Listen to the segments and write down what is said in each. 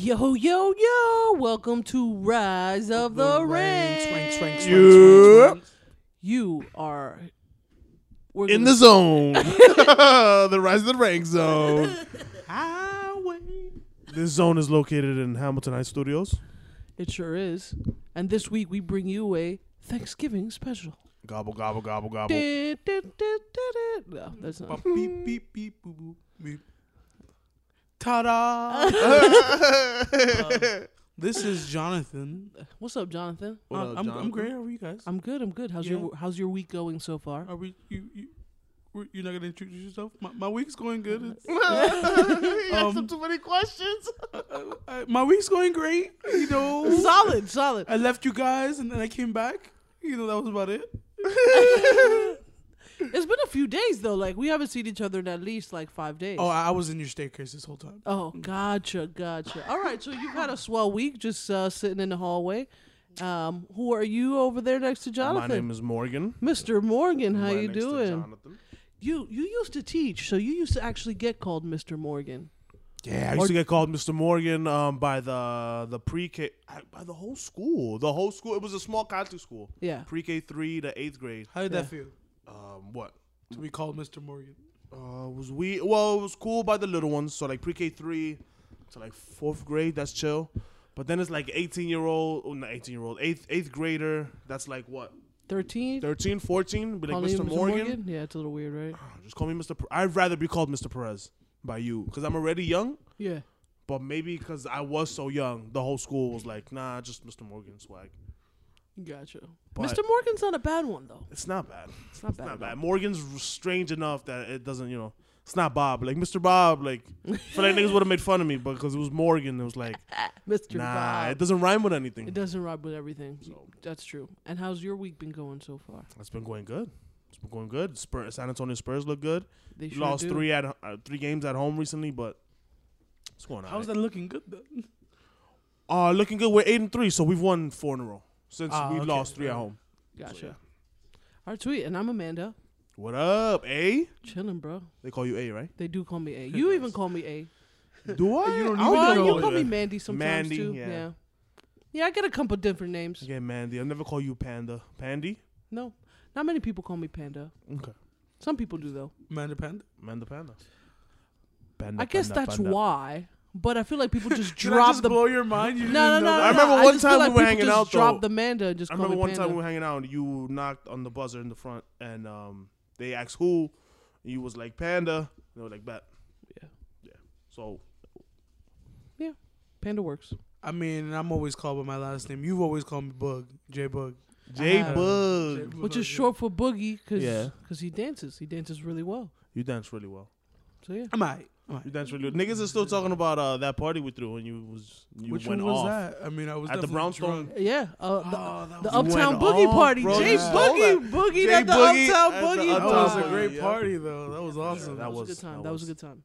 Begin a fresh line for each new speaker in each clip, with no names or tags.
Yo, yo, yo! Welcome to Rise of the Ranks.
Twang, twang, twang,
Yeah.
twang, twang.
You are we're
In
gonna-
the zone. the Rise of the Rank zone.
Highway.
This zone is located in Hamilton Heights Studios.
It sure is. And this week we bring you a Thanksgiving special.
Gobble, gobble, gobble, gobble.
Da, da, da, da, da. No, that's not.
Bop, beep, beep, beep, boo, boo, beep. Ta-da! Uh, this is Jonathan. Uh,
What's up, Jonathan?
What
I'm,
up,
I'm, I'm
Jonathan?
great. How are you guys?
I'm good. I'm good. How's
Yeah.
your How's your week going so far?
Are we? You you were- you not gonna introduce yourself? My, my week's going good. It's-
he asked
Um,
him too many questions.
I- I- my week's going great. You know,
solid, solid.
I left you guys and then I came back. You know, that was about it.
It's been a few days though. Like we haven't seen each other in at least like five days.
Oh, I, I was in your staircase this whole time.
Oh, gotcha, gotcha. All right, so you've had a swell week just uh, sitting in the hallway. Um, who are you over there next to
My
Jonathan?
name is Morgan.
Mr. Morgan, how
Right
you
next to
doing?
Jonathan.
You you used to teach, so you used to actually get called Mr. Morgan.
Yeah, I used to get called Mr. Morgan um, by the the pre K by the whole school. The whole school. It was a small Catholic school.
Yeah.
Pre K three to eighth grade.
How did
Yeah.
that feel
Um, what?
to be called Mr. Morgan?
Uh, was we? Well, it was cool by the little ones. So like pre K three to like fourth grade, that's chill. But then it's like eighteen year old, oh, not eighteen year old, eighth eighth grader. That's like what
13?
13, 14? Be like
Calling you
Mr. Morgan.
Yeah, it's a little weird, right?
Oh, Just call me Mr. Per- I'd rather be called Mr. Perez by you because I'm already young.
Yeah.
But maybe because I was so young, the whole school was like, nah, just Mr. Morgan swag.
Gotcha.
But-
Mr. Morgan's not a bad one though.
It's not bad.
It's not
It's
bad.
not
at
bad. Morgan's r- strange enough that it doesn't, you know, it's not Bob. Like, Mr. Bob, like, I feel like niggas would have made fun of me, but because it was Morgan, it was like,
all. Mr.
nah,
Bob.
it doesn't rhyme with
It
anything.
doesn't rhyme with everything.
So.
That's true. And how's your week been going so far?
It's been going good. It's been going good. Spur- San Antonio Spurs look good.
They sure
Lost
do.
three at uh, three games at home recently, but it's going on.
How's that looking good then?
Uh, looking good. We're eight and three, so we've won four in a row since
Ah,
we
okay.
lost three at home.
Gotcha.
yeah.
All right, sweet. And I'm Amanda.
What up, A?
Chilling, bro.
They call you A, right?
They do call me A. You even call me A.
Do I?
You don't
I
even
Well,
know.
you call me Mandy sometimes
Mandy,
too. Yeah.
yeah.
yeah. I get a couple different names.
Okay, Mandy. I'll never call you Panda. Pandy?
No, not many people call me Panda.
Okay.
Some people do though.
Amanda Panda?
Manda Panda. Panda.
I guess
panda,
that's
panda.
why. But I feel like people just
Did I
drop
just
the.
blow your mind? You didn't
no, no,
know
no.
that?
I remember
no.
one
just feel
time
like
we were
people
hanging
just
out,
Drop
though.
the Manda and just
I
call
remember
me
one
Panda.
time we were hanging out and you knocked on the buzzer in the front and um, they asked who. And you was like, Panda. And they were like, Bet.
Yeah.
Yeah. So,
Panda works.
I mean, and I'm always called by my last name. You've always called me Bug, J Bug.
J
Ah.
have-
Bug.
Which is short for boogie, cause
Yeah.
'cause he dances. He dances really well.
You dance really well.
So yeah,
Am I? Am I?
You dance really well. Niggas is still talking about uh, that party we threw when you was you
Which
went
one was
off.
that? I mean, I was
At the
definitely
brownstone.
drunk.
yeah. Uh, the,
Oh, that
the
was-
You
Uptown
went
Boogie
off,
party.
bro.
Jay
You stole
Boogie, Boogie,
Jay
at the
Boogie
Uptown
at the
Boogie.
That
Uptown
was
Oh,
a great
yeah.
party, though. That was
That,
awesome.
That
was,
was-
a good time.
that
That was a
was-
good time.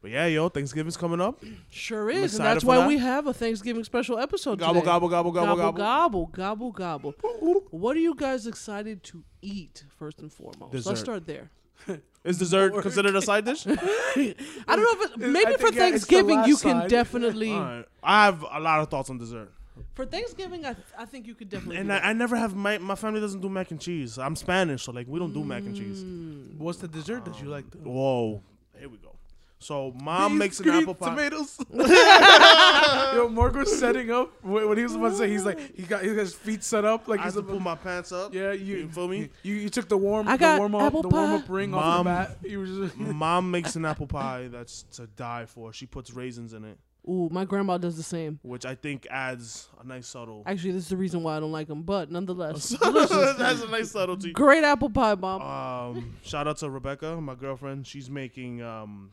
But yeah, yo, Thanksgiving's coming up.
Sure is, and
excited
that's
for
why
that.
we have a Thanksgiving special episode
Gobble,
today.
gobble, gobble, gobble,
gobble,
gobble.
gobble, gobble, gobble. What are you guys excited to eat first and foremost?
Dessert.
Let's start there.
Is dessert considered a side dish?
I don't know if it, maybe
I
for
think, yeah, it's the
Thanksgiving you
last
can
side.
definitely
Alright. I have a lot of thoughts on dessert,
for Thanksgiving I, I think you could definitely.
and
do
I,
that.
I never have my my family doesn't do mac and cheese. I'm Spanish, so like we don't do mac and cheese.
Mm.
Hmm.
What's the dessert that you like? though?
Whoa, here we go. So Oh. mom
These
makes an
green
apple pie.
Tomatoes. Yo, Mark was setting up wh- when he was about to say. He's like, he got he got his feet set up, like
I
he's
have to
about,
pull my pants up.
yeah. You,
You feel me?
You, you took the warm,
I
the
got
warm up,
apple
the warm up
pie.
ring off the
Mom.
bat. You were just
Mom makes an apple pie that's to die for. She puts raisins in it,
Ooh, my grandma does the same.
which I think adds a nice subtle.
Actually, this is the reason why I don't like them, but nonetheless,
that's a nice subtlety.
great apple pie, mom.
Um, shout out to Rebecca, my girlfriend. She's making um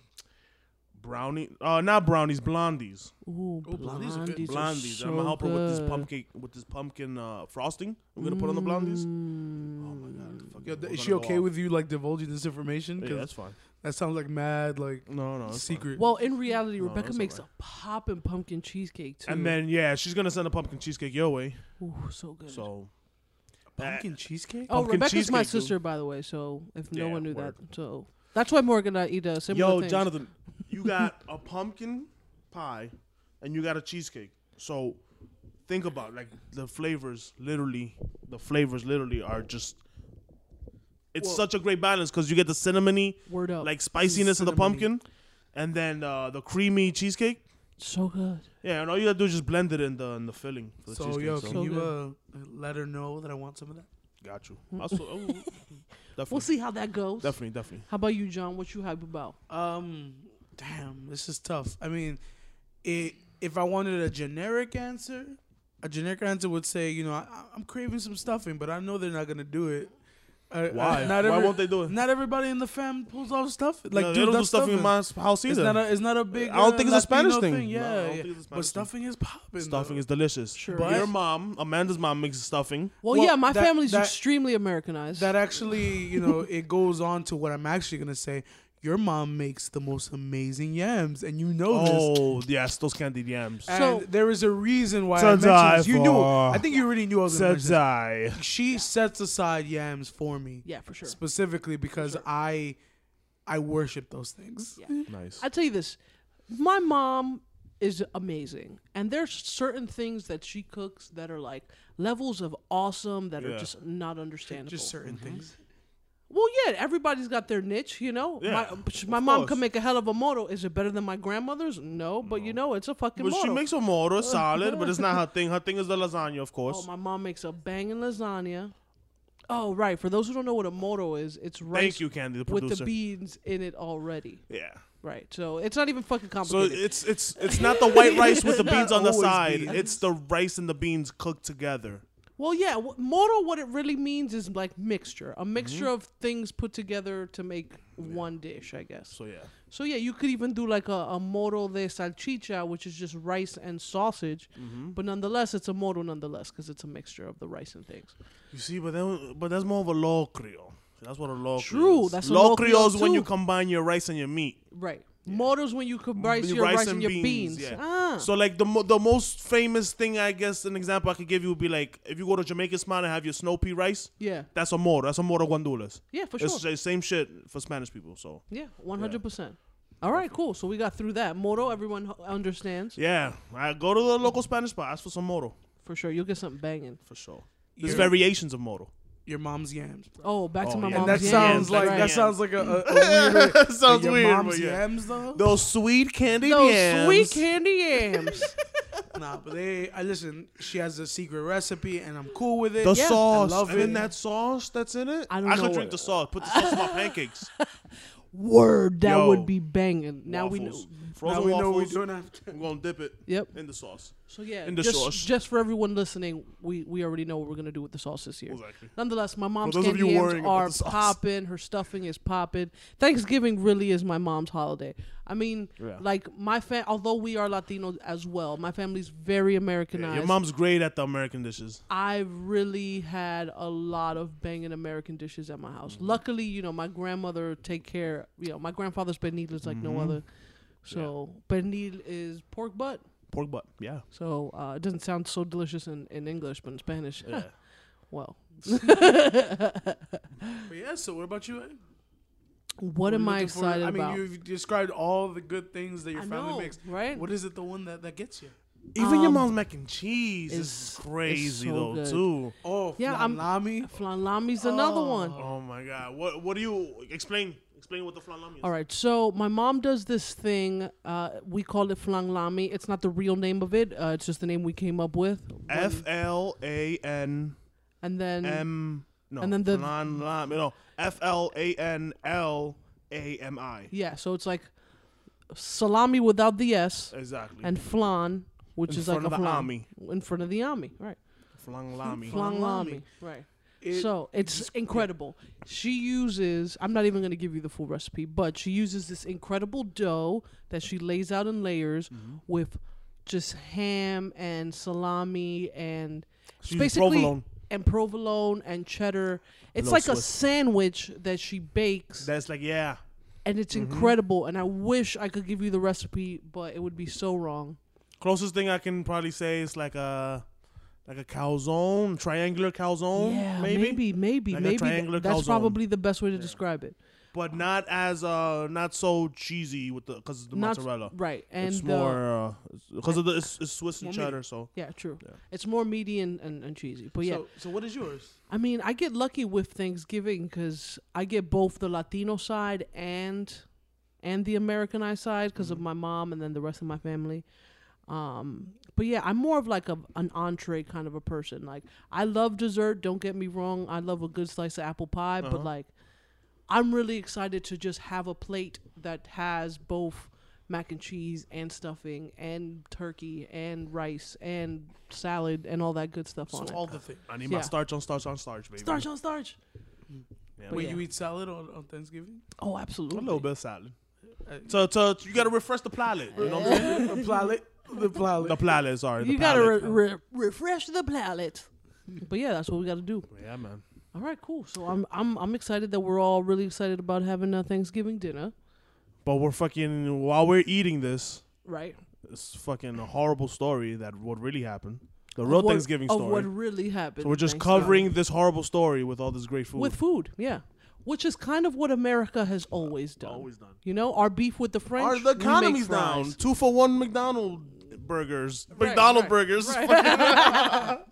brownie, uh, not brownies, blondies,
Ooh,
oh, blondies
blondies,
are good.
are
blondies.
So
I'm gonna help her with this
good.
pumpkin, with this pumpkin uh, frosting. I'm gonna put on the blondies.
Mm.
Oh my
Hmm.
god! fuck
Yo,
it,
th-
we're
is she
gonna go
okay
off.
with you like divulging this information?
Yeah,
'Cause
that's fine.
that sounds like mad, like
No, no, it's fine.
secret.
Well, in reality,
No,
Rebecca
that's
makes
alright.
a poppin' pumpkin cheesecake too.
And then yeah, she's gonna send a pumpkin cheesecake your way.
Ooh, so good.
So
Pumpkin cheesecake.
oh,
pumpkin
Rebecca's my
cheesecake, dude.
sister, by the way. So if no
Yeah,
one knew
word.
that, so that's why Morgan and I eat a uh, similar
yo,
things.
Jonathan, you got a pumpkin pie, and you got a cheesecake. So think about it, like the flavors. Literally, the flavors literally are just. It's
Well-
such a great balance because you get the cinnamony,
Word up.
like spiciness of the
Oh, Cinnamony.
pumpkin, and then uh, the creamy cheesecake.
so good.
Yeah, and all you gotta do is just blend it in the in the filling for the
So
cheesecake.
yo,
so.
can
So
you uh,
good.
let her know that I want some of that?
got you. Also, oh, definitely,
We'll see how that goes.
definitely, definitely.
How about you, John? What you hype about?
Um, damn, this is tough. I mean, it, if I wanted a generic answer, a generic answer would say, you know, I, I'm craving some stuffing, but I know they're not gonna do it. Uh,
Why?
uh, not
Why
every-
won't they do it?
Not everybody in the fam pulls off stuff. Like,
Like no,
dude,
they don't do
that's
stuffing in my s- house
It's
either.
not a. It's not a big.
I don't
uh,
think it's a Spanish
Latino
thing.
thing.
No, I
Yeah,
don't
yeah.
think it's a
but
Spanish thing.
stuffing is popping.
stuffing
though.
is delicious.
Sure.
But-
Your mom, Amanda's mom, makes stuffing.
Well,
Well,
yeah, my
that-
family's
that-
extremely Americanized.
that actually, you know, it goes on to what I'm actually gonna say. Your mom makes the most amazing yams, and you know this.
Oh yes, those candied yams.
And
So-
there is a reason why I
Since
mentioned this.
I
You knew.
fall-
I think you already knew I was gonna mention
Said
this.
I.
She sets aside yams for me
yeah, for sure.
specifically because I, I worship those things.
Yeah.
Nice.
I tell you this, my mom is amazing, and there's certain things that she cooks that are like levels of awesome that are
Yeah.
just not understandable.
Just certain things.
Well, yeah, everybody's got their niche, you know.
Yeah,
my but she- my
of
mom
course.
can make a hell of a moto. Is it better than my grandmother's? No, but you know, it's a fucking
But she
moto.
makes a moro salad, but it's not her thing. Her thing is the lasagna, of
oh,
course.
my mom makes a banging lasagna. Oh, right. For those who don't know what a moto is, it's rice
Thank you, Candy, the
with the
producer.
beans in it already.
yeah.
Right. So it's not even fucking
So
complicated.
it's it's it's not the white rice with the
Not
beans on the
always
side.
beans.
It's the rice and the beans cooked together.
Well, yeah, w- moto. What it really means is like mixture, a mixture
Mm-hmm.
of things put together to make one dish, I guess.
So yeah.
So yeah, you could even do like a, a moto de salchicha, which is just rice and sausage, but nonetheless, it's a moto nonetheless because it's a mixture of the rice and things.
You see, but then, but that's more of a locrio. That's what a locrio.
True,
is.
that's a
locrio,
locrio
is when you
too.
combine your rice and your meat.
Right. Motos when you could rice
Your
your rice, and, your beans.
yeah.
Ah.
So like the mo- the most famous thing, I guess, an example I could give you would be like if you go to Jamaican Smile and have your snow pea rice.
yeah.
That's a moro. That's a moro guandulas.
Yeah, for
It's
sure.
the same shit for Spanish people. So
Yeah, one hundred percent. All right, cool. So we got through that. Moto, everyone h- understands
yeah, I go to the local Spanish spot. Ask for some moro
for sure. You'll get something banging.
for sure. There's
Your-
variations of moro.
Your mom's yams. bro.
Oh, back to
Oh,
my
yeah.
mom.
And
Mom's
that sounds
yams,
like
right.
that sounds like a, a, a weird.
sounds
your
weird,
mom's
but yeah.
yams though.
Those sweet candy
Those
yams.
sweet candy yams.
Nah, but they. I listen. She has a secret recipe, and I'm cool with it.
The
Yeah.
sauce.
I love
and
it.
then that sauce that's in it.
I don't know
could
what-
drink the sauce. Put the sauce on my pancakes.
Word, that
Yo.
would be banging. Now
Waffles.
we know.
Frozen
now we know
waffles.
what we're doing after.
We're gonna dip it
Yep.
in the sauce.
So yeah,
In the
just,
sauce.
just for everyone listening, we, we already know what we're gonna do with the sauce this year.
Exactly.
Nonetheless, my mom's
those of
candy
you
yams
worrying about
are
the sauce.
popping. Her stuffing is popping. Thanksgiving really is my mom's holiday. I mean,
Yeah.
like my fam. Although we are Latino as well, my family's very Americanized.
Your mom's great at the American dishes.
I really had a lot of banging American dishes at my
Mm-hmm.
house. Luckily, you know, my grandmother take care. You know, my grandfather's pernil is like
Mm-hmm.
no other. So pernil is pork butt.
Pork butt. Yeah.
So uh, it doesn't sound so delicious in, in English, but in Spanish, eh,
Yeah.
well,
But yeah. So what about you? What,
what
are
am
you
I
looking for?
excited
I mean,
about?
you've described all the good things that your
I
family
know,
makes.
right?
What is it? The one that, that gets you?
Even your
Um,
mom's mac and cheese is
it's-
crazy
it's so
though
good.
too.
Oh,
Yeah, I'm-
Flanami.
Flan lami's another one.
Oh my god. What what do you explain? Explain what the flan lami is.
All right, so my mom does this thing. Uh, we call it flan lami. It's not the real name of it. Uh, it's just the name we came up with.
F L A N
And then
M. No.
Mm. And then the-
flan lami. No. F L A N L A M I.
yeah, so it's like salami without the s
Exactly.
and flan, which
Uh, In
is like
front
a
of the
flan
ami.
in front of the army, right?
flan lami.
Flan
lami.
lami, right?
It-
so it's incredible. She uses, I'm not even going to give you the full recipe, but she uses this incredible dough that she lays out in layers
Mm-hmm.
with just ham and salami and
She uses
basically
provolone.
and provolone and cheddar. It's
love
like a
Swiss.
sandwich that she bakes
That's like yeah.
and it's
Mm-hmm.
incredible and I wish I could give you the recipe, but it would be so wrong.
Closest thing I can probably say is like a like a calzone, triangular calzone,
yeah,
maybe.
maybe, maybe,
Like a
maybe.
triangular
That's
calzone.
probably the best way to describe it.
but not as uh not so cheesy with the because the
Not-
mozzarella.
Right. And uh,
it's
the-
more because of the it's, it's Swiss and
More meat.
cheddar. So
Yeah, true.
Yeah.
It's more meaty and, and, and cheesy. But yeah,
So, so what is yours?
I mean, I get lucky with Thanksgiving because I get both the Latino side and and the Americanized side because
Mm-hmm.
of my mom and then the rest of my family. Um, but yeah, I'm more of like a an entree kind of a person. Like I love dessert. Don't get me wrong. I love a good slice of apple pie. But
Uh-huh.
like, I'm really excited to just have a plate that has both mac and cheese and stuffing and turkey and rice and salad and all that good stuff
So
on it.
all the things.
I need
Yeah.
my starch on starch on starch, baby.
starch on starch.
Yeah.
But
Wait,
yeah.
you eat salad on, on Thanksgiving?
Oh,
a
absolutely.
little bit of salad.
Uh,
So, so you gotta refresh the palate. You know what I'm saying?
the palate. The palate.
The palate, sorry. The
You gotta re-
palate.
re- refresh the palate. but yeah, that's what we gotta do.
yeah, man.
All right, cool. So I'm I'm I'm excited that we're all really excited about having a Thanksgiving dinner,
But we're fucking while we're eating this,
right?
it's fucking a horrible story that what really happened. The real
Of what-
Thanksgiving
of
story.
what really happened.
So we're just
Thanksgiving.
covering this horrible story with all this great food.
with food, yeah, which is kind of what America has always done.
Always done.
You know, our beef with the French.
Are the
we make
economy's
fries.
down? Two for one McDonald burgers.
Right,
McDonald
right,
burgers. Uh,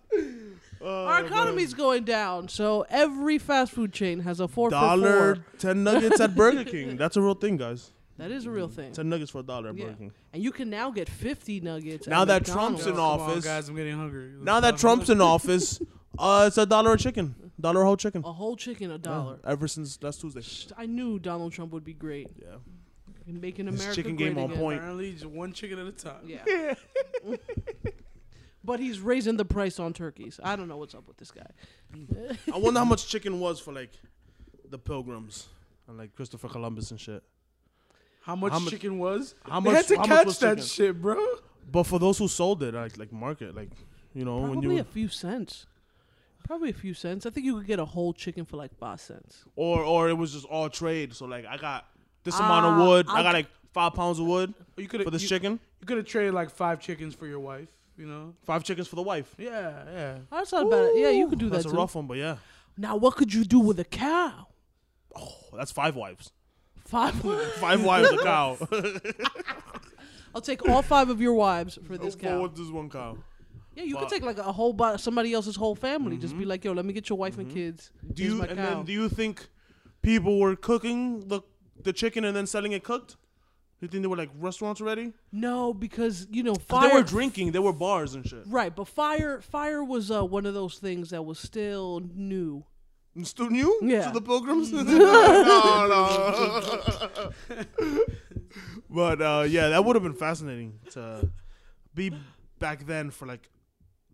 Our economy's going down, so every fast food chain has a four for
Dollar
four.
ten nuggets at Burger King. That's a real thing, guys.
That is a real thing,
Ten nuggets for a dollar at
Yeah.
Burger King.
and you can now get fifty nuggets.
Now
at
that
McDonald's.
Trump's in
Yo, come on,
office.
guys, I'm getting hungry.
Now that Trump's in office, uh, it's a dollar a chicken. Dollar a whole chicken.
a whole chicken a
Yeah,
dollar.
Ever since last Tuesday.
I knew Donald Trump would be great.
Yeah.
in Making
His
America
chicken
great
game on
again.
point.
apparently just one chicken at a time.
Yeah. but he's raising the price on turkeys. I don't know what's up with this guy.
I wonder how much chicken was for like the pilgrims and like Christopher Columbus and shit.
How much
How much-
chicken was?
How
They
much?
had to
how much
catch
was
that
chicken?
shit, bro.
But for those who sold it, like like market, like you know when
Probably
you
a few cents. Probably a few cents. I think you could get a whole chicken for like five cents.
or or it was just all trade. So like I got this amount
Ah,
of wood. i
I'll-
got like five pounds of wood
You could
for this
you,
chicken,
You could have traded like five chickens for your wife. You know?
five chickens for the wife.
Yeah, yeah.
Oh, That's not bad. Yeah, you could do
That's
that
a
too.
rough one, but yeah,
Now, what could you do with a cow?
Oh, that's five wives.
Five.
Five wives a cow.
I'll take all five of your wives for this
For
cow.
what does one cow?
Yeah, you could
Wow.
take like a whole bo- somebody else's whole family. Just be like, yo, let me get your wife and kids.
Mm-hmm. Do
Here's
you
my
and
cow.
then do you think people were cooking the the chicken and then selling it cooked? You think they were like restaurants already?
no, because you know
'Cause They were
fire.
drinking. They were bars and shit.
Right, but fire fire was uh, one of those things that was still new.
And Still new?
Yeah.
To the pilgrims? no, no. but uh, yeah, that would have been fascinating to be back then for like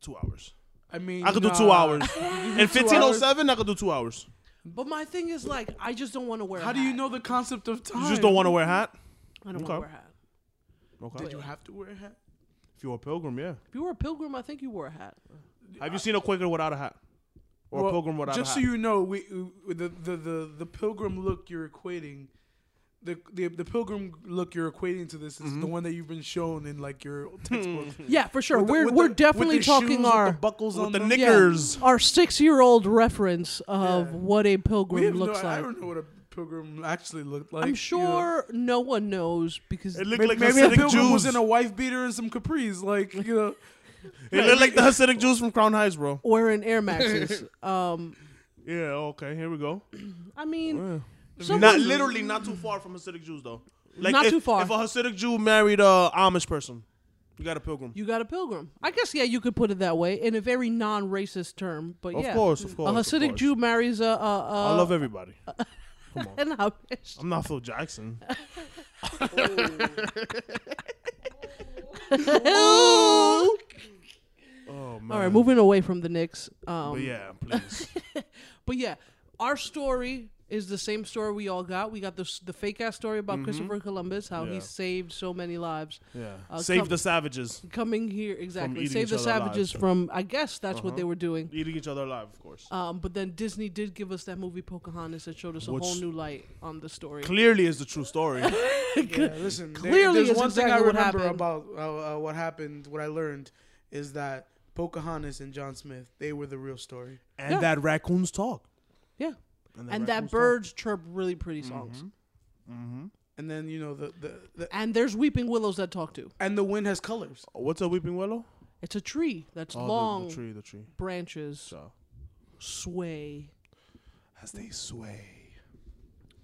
two hours.
I mean,
I could do
nah.
two hours. oh
You
In
could do two hours.
1507, I could do two hours.
But my thing is like I just don't want to wear. a
How do you
hat.
know the concept of time?
You just don't want to wear a hat?
I don't
Okay.
want to wear a hat.
Okay.
Did you have to wear a hat?
If you're a pilgrim, yeah.
If you were a pilgrim, I think you wore a hat.
Have you seen a Quaker without a hat? Or
Well,
a pilgrim without
Just
a hat?
so you know, we, we the, the the the pilgrim look you're equating. The, the, the pilgrim look you're equating to this is
Mm-hmm.
the one that you've been shown in like your
Hmm.
textbook.
Yeah, for sure.
Hmm. With the-
we're
with
we're
the- with
definitely
the shoes,
talking
with
our
the buckles
With
on
the
them.
yeah,
knickers.
our six year old reference of
Yeah.
what a
We
pilgrim
have
looks
no, I
like.
don't know what a pilgrim actually looked like.
I'm
you know.
sure no one knows because
It looked
Maybe,
like
maybe a
Hasidic
pilgrim was
Jews.
in a wife beater and some capris, like you know.
It looked like the Hasidic Jews from Crown Heights, bro.
wearing Air Maxes. um,
Yeah, okay, here we go.
I mean,
not
someone-
literally not too far from Hasidic Jews though. Like
Not
if,
too far.
If a Hasidic Jew married a Amish person, you got a pilgrim.
You got a pilgrim. I guess yeah, you could put it that way in a very non-racist term, but
of
yeah,
course, of course.
a Hasidic Jew uh, marries a. a, a
I love everybody. Come on,
an Amish.
I'm not Phil Jackson. Oh man.
All right, moving away from the Knicks. Um,
But yeah, please.
but yeah, our story is the same story we all got. We got the s- the fake ass story about Christopher Columbus, how he
Mm-hmm. Yeah.
saved so many lives.
Yeah,
Uh,
save
come-
the savages
Coming here, exactly.
eating
Save
each
the
other alive.
savages from, I guess that's what
Uh-huh.
they were doing.
eating each other alive, of course.
Um, but then Disney did give us that movie Pocahontas that showed us a
Which-
whole new light on the story.
Clearly, is the true story.
Yeah, listen. there-
Clearly
there's
it's
one thing I
exactly what
remember
happened.
about uh, uh, what happened. What I learned is that Pocahontas and John Smith they were the real story.
and
Yeah.
that Mm-hmm. raccoons talk.
Yeah.
And, the
and that
raccoons
birds chirp really pretty songs.
And then you know the, the, the
And there's weeping willows that talk to.
and the wind has colors.
talk. Oh, What's a weeping willow?
It's a tree that's
Oh, the-
long,
The, tree, the tree.
branches
So
sway.
as they sway.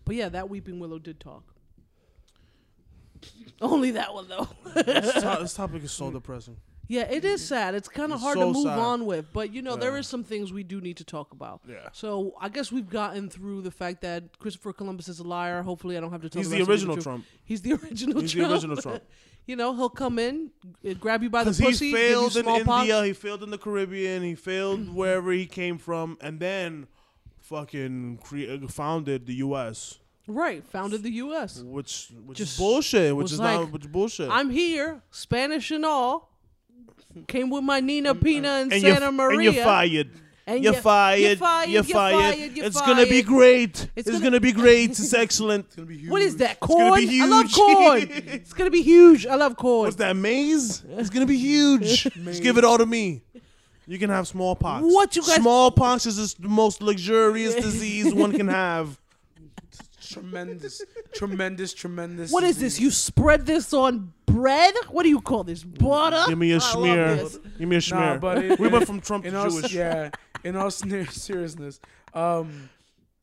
But yeah, that weeping willow did talk. Only that one though.
this, to- this topic is so depressing.
yeah, it is sad. It's kind of
It's
hard
so
to move
sad.
on with, but you know there
Yeah.
is some things we do need to talk about.
Yeah.
So I guess we've gotten through the fact that Christopher Columbus is a liar. Hopefully, I don't have to tell.
He's
the,
the
rest of
original
truth.
Trump.
He's the original.
He's
Trump.
the original Trump.
you know, he'll come in, uh, grab you by the
Because
pussy,
he
give you Mm-hmm.
failed in
smallpox.
India, he failed in the Caribbean, he failed wherever he came from, and then fucking cre- uh, founded the U.S.,
Right, founded the U.S.
which which
Just
is bullshit, which
was
is
like,
not which is bullshit.
I'm here, Spanish and all. Came with my Nina Pina and,
Mm-hmm. and
Santa
you're,
Maria.
And you're fired.
And
you're,
you're-
fired.
you're fired,
You're
you're
fired.
fired, you're
It's gonna be
fired.
great. It's,
gonna-
gonna, be great. It's excellent.
It's gonna be huge.
What is that
gonna
corn?
be
I love corn.
huge.
it's gonna be huge. I love corn.
What's that maize? It's gonna be huge. Just give it all to me. You can have smallpox.
What you guys-
Smallpox is the most luxurious disease one can have.
Tremendous, tremendous, tremendous.
What is this?
disease.
You spread this on bread? What do you call this? Butter?
Give me a
I love
smear.
this.
Give me a smear.
but it-
we went from Trump to
in all s-
Jewish.
yeah in all sne- seriousness um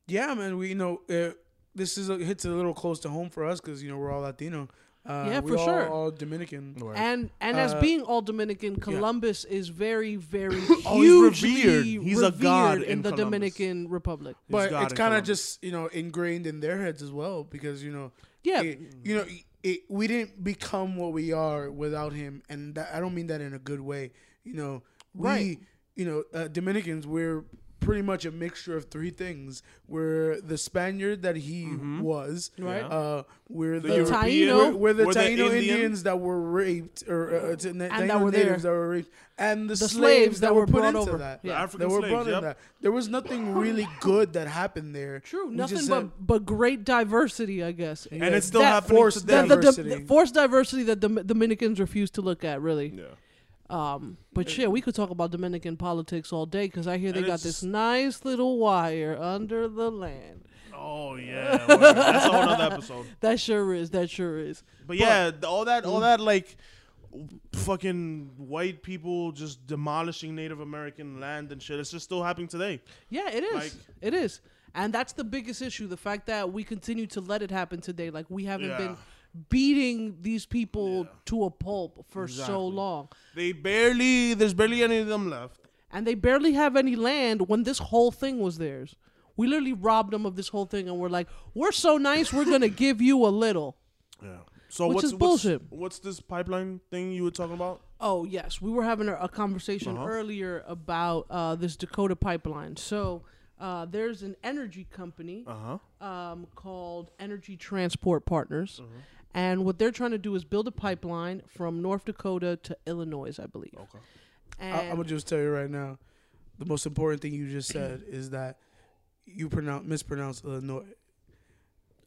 yeah man we you know uh, this is a, hits a little close to home for us because you know we're all latino uh,
Yeah,
we
for
all,
sure.
all dominican
And and as
Uh,
being all Dominican, Columbus is very, very
Oh, he's
hugely
revered. He's a god
revered in,
in
the
Columbus.
Dominican Republic.
but
God
it's
in
kind of
Columbus.
just you know ingrained in their heads as well because you know
Yeah.
it- you know it, it, we didn't become what we are without him and that, i don't mean that in a good way you know we
Right.
you know uh, dominicans we're pretty much a mixture of three things we're the spaniard that he was
Mm-hmm. Right.
uh, we're the,
The
Europe-
Taino.
we're, we're the
We're the
Taino
Indian.
Indians that were raped, or uh, it's- Taino
that were there.
natives that were raped, and the,
The
slaves,
slaves
that
that
were
were
put
brought
into
over.
that.
Yeah.
The African
that were
slaves,
brought in
yep.
that. There was nothing really good that happened there.
True.
We
Nothing
just
but
said-
but great diversity, I guess.
And it's still
That
happening
forced
to
the,
them.
the, the,
diversity.
the forced diversity that Dom- Dominicans refuse to look at, really.
yeah.
Um, but shit, we could talk about Dominican politics all day because I hear they
And
got
it's-
this nice little wire under the land.
Oh yeah. word. That's a whole nother episode.
That sure is. That sure is.
But yeah, th- all that, all that, like, fucking white people just demolishing Native American land and shit. It's just still happening today.
Yeah, it is.
Like-
it is. And that's the biggest issue the fact that we continue to let it happen today. Like, we haven't been
Yeah.
beating these people
Yeah.
to a pulp for so
Exactly.
long.
They barely, there's barely any of them left.
And they barely have any land when this whole thing was theirs. We literally robbed them of this whole thing and we're like, we're so nice, we're going to give you a little.
Yeah. So
Which
what's
is
what's-
bullshit.
What's, this pipeline thing you were talking about?
Oh yes, we were having a, a conversation
Uh-huh.
earlier about uh, this Dakota pipeline. So uh, there's an energy company
huh.
um, called Energy Transport Partners, and what they're trying to do is build a pipeline from North Dakota to Illinois, I believe.
Okay.
And
Uh, I, I'm gonna just tell you right now, the most important thing you just said is that you pronounce mispronounce Illinois.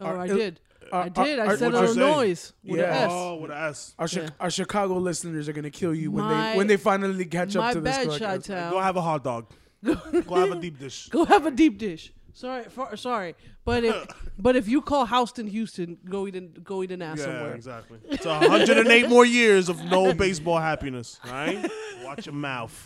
oh,
our
I
Il-
did, I
Our-
did. I
our-
said
what'd you say?
Illinois with
Yeah.
an S.
Oh, with an S.
Our, Chi-
Yeah.
our Chicago listeners are gonna kill you when
My-
they when they finally catch up
My
to this.
bad, Chi
podcast.
Town.
Go have a hot dog. Go have a deep dish.
Go have a deep dish. Sorry, for, sorry, but if but if you call Houston Houston, go eat an go eat an ass
yeah,
somewhere.
exactly. It's 108 more years of no baseball happiness. All right. Watch your mouth.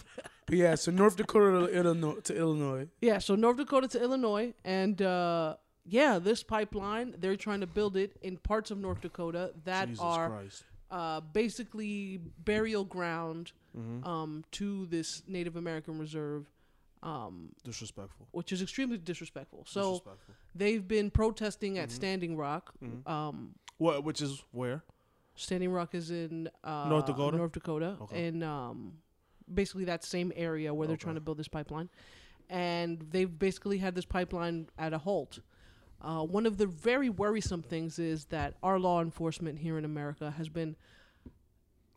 But yeah, so North Dakota to Illinois. To Illinois.
Yeah, so North Dakota to Illinois, and uh, yeah, this pipeline they're trying to build it in parts of North Dakota that
Jesus
are
Christ.
uh, basically burial ground
Mm-hmm.
um, to this Native American reserve, um,
Disrespectful.
which is extremely disrespectful. So
Disrespectful.
they've been protesting
Mm-hmm.
at Standing Rock. Um,
What? Which is where?
Standing Rock is in uh,
North Dakota?
North Dakota,
Okay.
and um, basically that same area where they're
Okay.
trying to build this pipeline, and they've basically had this pipeline at a halt. Uh, one of the very worrisome things is that our law enforcement here in America has been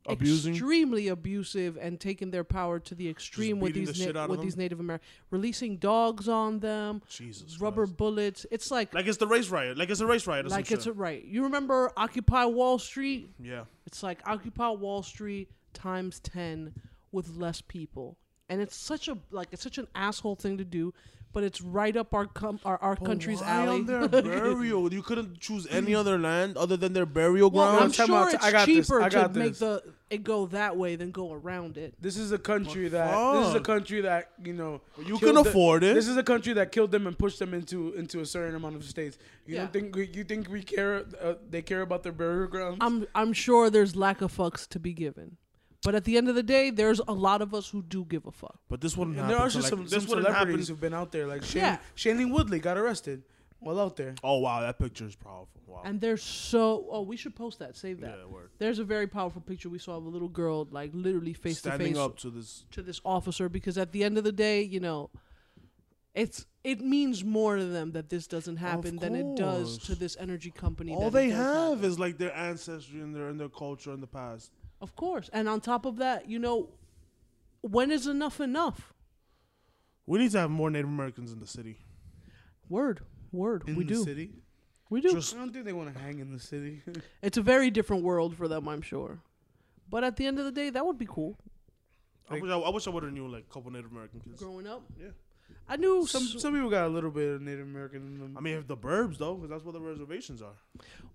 Abusing.
extremely abusive and taking their power to the extreme with
beating
these
the shit
na-
out of
with
them?
these Native Americans, releasing dogs on them,
Jesus.
rubber
Christ.
bullets. It's like
Like it's the race riot. Like it's a race riot. Or
like
like
it's a, right. You remember Occupy Wall Street?
yeah.
It's like Occupy Wall Street times 10 with less people and it's such a like it's such an asshole thing to do, but it's right up our com- our, our country's
why
alley.
on their burial? You couldn't choose any other land other than their burial
well, I'm
grounds.
time out,
sure it's
I got this,
cheaper
I
to
got
make
this.
the it go that way than go around it.
This is a country
But
that this is a
fuck.
country that you know
you
killed
can
the-
afford it.
This is a country that killed them and pushed them into into a certain amount of states. You
Yeah.
don't think we, you think we care? Uh, they care about their burial grounds?
I'm I'm sure there's lack of fucks to be given, but at the end of the day, there's a lot of us who do give a fuck.
but this wouldn't
and
happen.
there are
to,
also
like-
some,
this
some
wouldn't happen-
celebrities who've been out there, like Shane,
Yeah.
Shailene Woodley got arrested while out there.
Oh wow, that picture is powerful. Wow.
And they're so oh, we should post that, save that.
yeah, word.
There's a very powerful picture we saw of a little girl like literally face to
Standing
face
up to this.
to this officer because at the end of the day, you know, it's it means more to them that this doesn't happen than it does to
course.
this energy company. that
All
it
they
does
have
happen.
is like their ancestry and their and their culture and the past.
of course, and on top of that, you know, when is enough enough?
We need to have more Native Americans in the city.
Word, word,
In
we
the
do,
city.
we do.
I don't think they want to hang in the city.
It's a very different world for them, I'm sure. But at the end of the day, that would be cool.
I wish I, I, wish I would have knew like a couple Native American kids.
Growing up,
Yeah.
I knew
some
some.
some people got a little bit of Native American in them.
I mean, if the burbs though, because that's where the reservations are.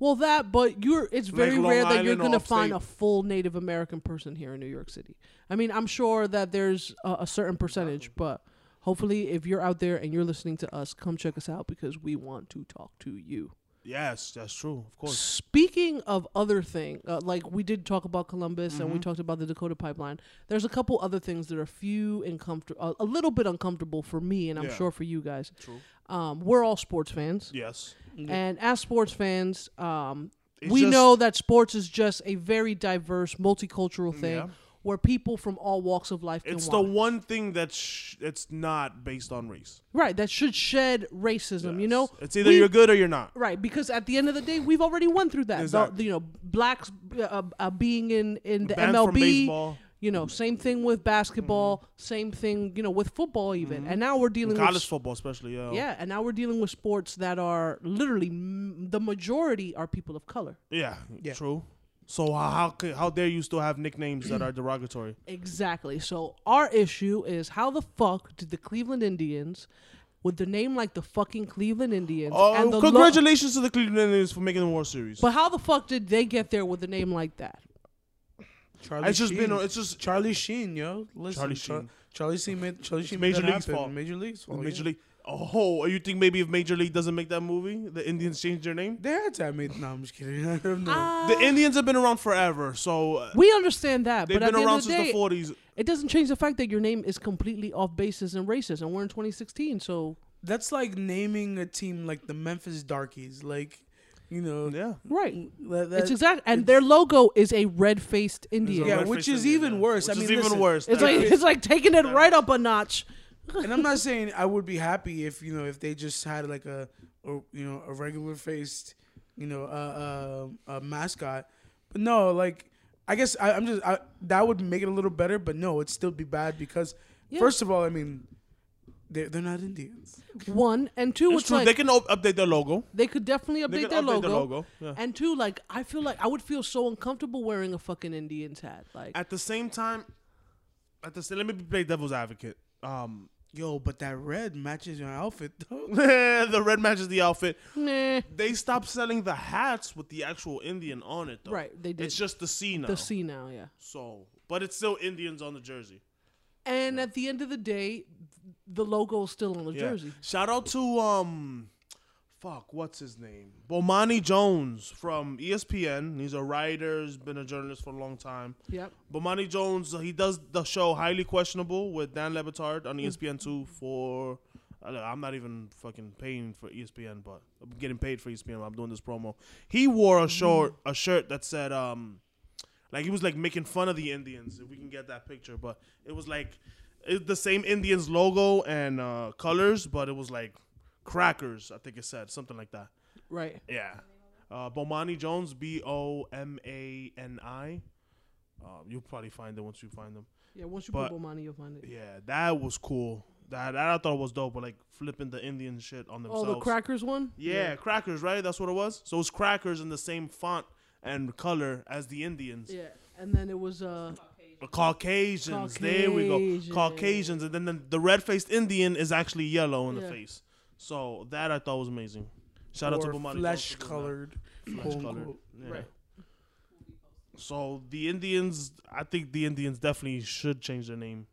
Well, that, but you're. It's
Like
very
Long
rare that you're
Island or
gonna find a
upstate.
full Native American person here in New York City. I mean, I'm sure that there's a, a certain percentage, but hopefully, if you're out there and you're listening to us, come check us out because we want to talk to you.
Yes, that's true. Of course.
Speaking of other thing, uh, like we did talk about Columbus
Mm-hmm.
and we talked about the Dakota pipeline. There's a couple other things that are few and comfortable, uh, a little bit uncomfortable for me, and I'm
Yeah.
sure for you guys.
True.
Um, we're all sports fans,
Yes.
and as sports fans, um,
It's
we
just-
know that sports is just a very diverse, multicultural thing
Yeah.
where people from all walks of life can
It's the
watch.
one thing that's sh- it's not based on race.
right that should shed racism. You
Yes.
know,
it's either
We-
you're good or you're not.
Right, because at the end of the day, we've already won through that. The-
Exactly.
you know, blacks uh, uh, being in in the
Banned from
MLB.
baseball. Mm-hmm.
You know, same thing with basketball. Same thing, you know, with football even. And now we're dealing with
College
s-
football, especially. Yeah.
yeah, and now we're dealing with sports that are literally m- the majority are people of color.
Yeah.
Yeah.
True. So how how, could, how dare you still have nicknames that are derogatory?
Exactly. So our issue is how the fuck did the Cleveland Indians, with the name like the fucking Cleveland Indians,
Oh,
and the lo-
congratulations to the Cleveland Indians for making the World Series.
but how the fuck did they get there with a name like that?
Charlie
it's just
Sheen.
been on- it's just
Charlie Sheen, yo. Listen,
Charlie
Char-
Sheen.
Charlie Sheen made Charlie Sheen
Major
made that
League's
happen.
fault.
Major League's fault.
Major
yeah.
League. Oh, you think maybe if Major League doesn't make that movie, the Indians change their name?
They had to have made. No, I'm just kidding. I don't know.
Ah.
The Indians have been around forever, so uh,
Uh, we understand that,
they've
but at
been
the
around
end of the
since
day,
the 40s.
it doesn't change the fact that your name is completely off basis and racist, and we're in 2016. So
That's like naming a team like the Memphis Darkies. Like, you know,
Yeah.
right,
that- that-
it's exact, and their logo is a red faced Indian.
yeah,
Red
which
Face
is
Indian,
even
yeah.
worse.
Which
I
is
mean,
even
listen,
worse.
It's
That
like
is-
it's like taking it right up a notch.
and I'm not saying I would be happy if you know if they just had like a or you know a regular faced you know uh, uh, a mascot, but no, like I guess I, I'm just I, that would make it a little better, but no, it'd still be bad because
Yeah.
first of all, I mean, they're they're not Indians.
One and two,
It's
it's,
true.
like
they can op- update their logo.
They could definitely update,
They could
their,
update
logo.
their logo, yeah.
And two, like I feel like I would feel so uncomfortable wearing a fucking Indians hat. Like
At the same time, at the same, let me play devil's advocate. Um,
Yo, but that red matches your outfit though.
the red matches the outfit.
nah.
They stopped selling the hats with the actual Indian on it, though.
Right, they did.
It's just the C now.
the C now, yeah.
So, but it's still Indians on the jersey.
And at the end of the day, the logo is still on the
Yeah.
jersey.
Shout out to um, fuck, what's his name? Bomani Jones from E ESPN. He's a writer. He's been a journalist for a long time.
Yep.
Bomani Jones, he does the show Highly Questionable with Dan Levitard on E ESPN2 for. I don't- I'm not even fucking paying for E ESPN, but I'm getting paid for E ESPN. I'm doing this promo. He wore a short, a shirt that said, um, like he was like making fun of the Indians. If we can get that picture, but it was like it, the same Indians logo and uh, colors, but it was like crackers. I think it said something like that.
Right.
Yeah. Uh, Bomani Jones, B O M A N I. Um, you'll probably find it once you find them.
Yeah, once you
But-
put money, you'll find it.
Yeah, that was cool. That, that I thought was dope, but like flipping the Indian shit on
Oh,
themselves.
the crackers one?
Yeah, crackers, right? That's what it was. So it's crackers in the same font and color as the Indians.
Yeah. And then it was uh
Caucasians. There we
Caucasian.
go. Caucasians, and then the, the red-faced Indian is actually yellow in
Yeah.
the face. So that I thought was amazing. Shout out to
Or
Bomani.
Flesh colored.
Flesh colored.
quote-unquote.
Yeah.
Right.
So the Indians, I think the Indians definitely should change their name.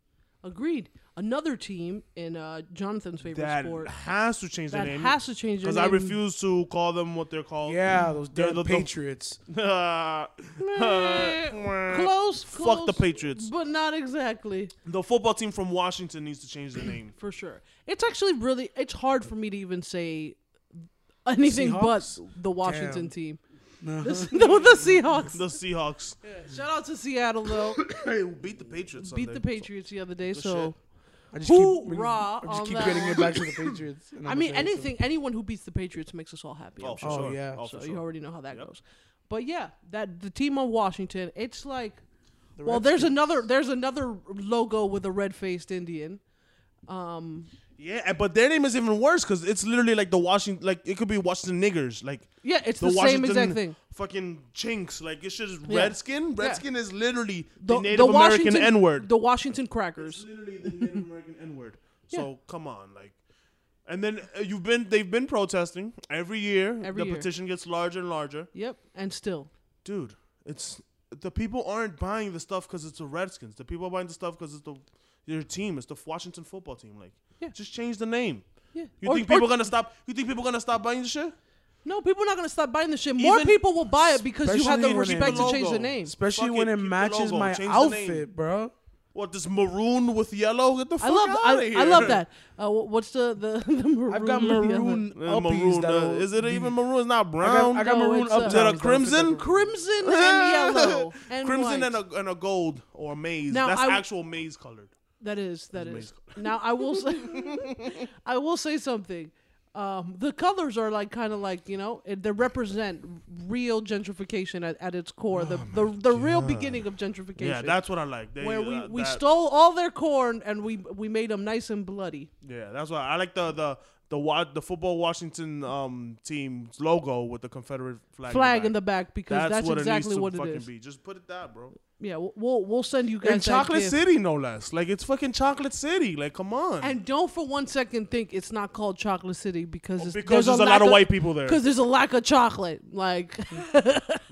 Agreed. Another team in uh, Jonathan's favorite
that
sport
has to change their
that
name
has to change their
because
name.
I refuse to call them what they're called.
Yeah, those
They're
dead
the- the-
patriots.
the
Close, close.
Fuck the Patriots.
But not exactly.
football team from Washington needs to change their name.
for sure. It's actually really it's hard for me to even say anything but the Washington
Damn.
team.
No.
The, the Seahawks.
The Seahawks
Shout out to Seattle though.
beat the Patriots.
Beat the Patriots the other day.
Good
so
I just
Hoorah
keep, I
on
just keep
that
getting
one.
it back to the Patriots. and
I
I'm
mean
okay, so-
anything anyone who beats the Patriots makes us all happy. I'm
Oh,
sure.
for
Oh,
sure.
yeah.
Oh,
so
for
you
sure.
already know how that
Yep.
goes. But yeah, that the team of Washington, it's like
The
well,
Reds
there's
did.
another there's another logo with a red faced Indian. Um
Yeah, and- but their name is even worse because it's literally like the Washington, like it could be Washington niggers, like
yeah, it's
the,
the, same
Washington
exact thing.
Fucking chinks, like it's just
Yeah.
redskin. Redskin is literally the,
The,
Native
the
American
Washington-
N word.
The Washington
It's
crackers.
literally the Native American N word. So come on, like, and then uh, you've been they've been protesting every year.
Every
the
year.
petition gets larger and larger,
Yep, and still
dude. It's the people aren't buying the stuff because it's the Redskins. The people are buying the stuff because it's the your team. It's the Washington football team. Like,
Yeah.
just change the name.
Yeah.
You
Or-
think people
or-
gonna stop? You think people gonna stop buying the shit?
No, people are not going to stop buying the shit. More
Even-
people will buy it because you have the
especially when it-
respect to
the
change the
logo.
name.
Especially
Fuck
when
it,
it
keep the
matches
logo,
my
change the name.
outfit, bro.
What this maroon with yellow? Get the fuck
I love,
out of
I,
here!
I love that. Uh, wh- what's the the, the maroon?
I've got
with the other-
maroon
Uh,
uppies
maroon. uh,
that'll
is it
be-
even maroon? It's not
I got,
brown.
I got
No,
maroon
it's, uh,
uptowns.
Is that a
that'll fit
crimson?
the-
crimson and yellow and
crimson
white.
and a, and a gold or maize.
Now,
That's
I w-
actual maize colored.
that is that
It's
is. Now I will say, I will say something. Um, the colors are like kind of like you know it, they represent real gentrification at, at its core. the the, the real beginning of gentrification.
Oh Yeah, that's what I like. They,
where we,
uh,
we
that-
stole all their corn and we we made them nice and bloody.
Yeah, that's why I like the the the wa- the football Washington um team's logo with the Confederate flag.
flag in
back.
the back because that's, exactly what it
fucking
is.
Be. Just put it that, bro.
Yeah, we'll- we'll we'll send you guys
In
that
Chocolate
gift.
City, no less. Like it's fucking Chocolate City. Like come on.
And don't for one second think it's not called Chocolate City because it's,
because there's a lot of white people there.
Because there's a lack of chocolate. Like,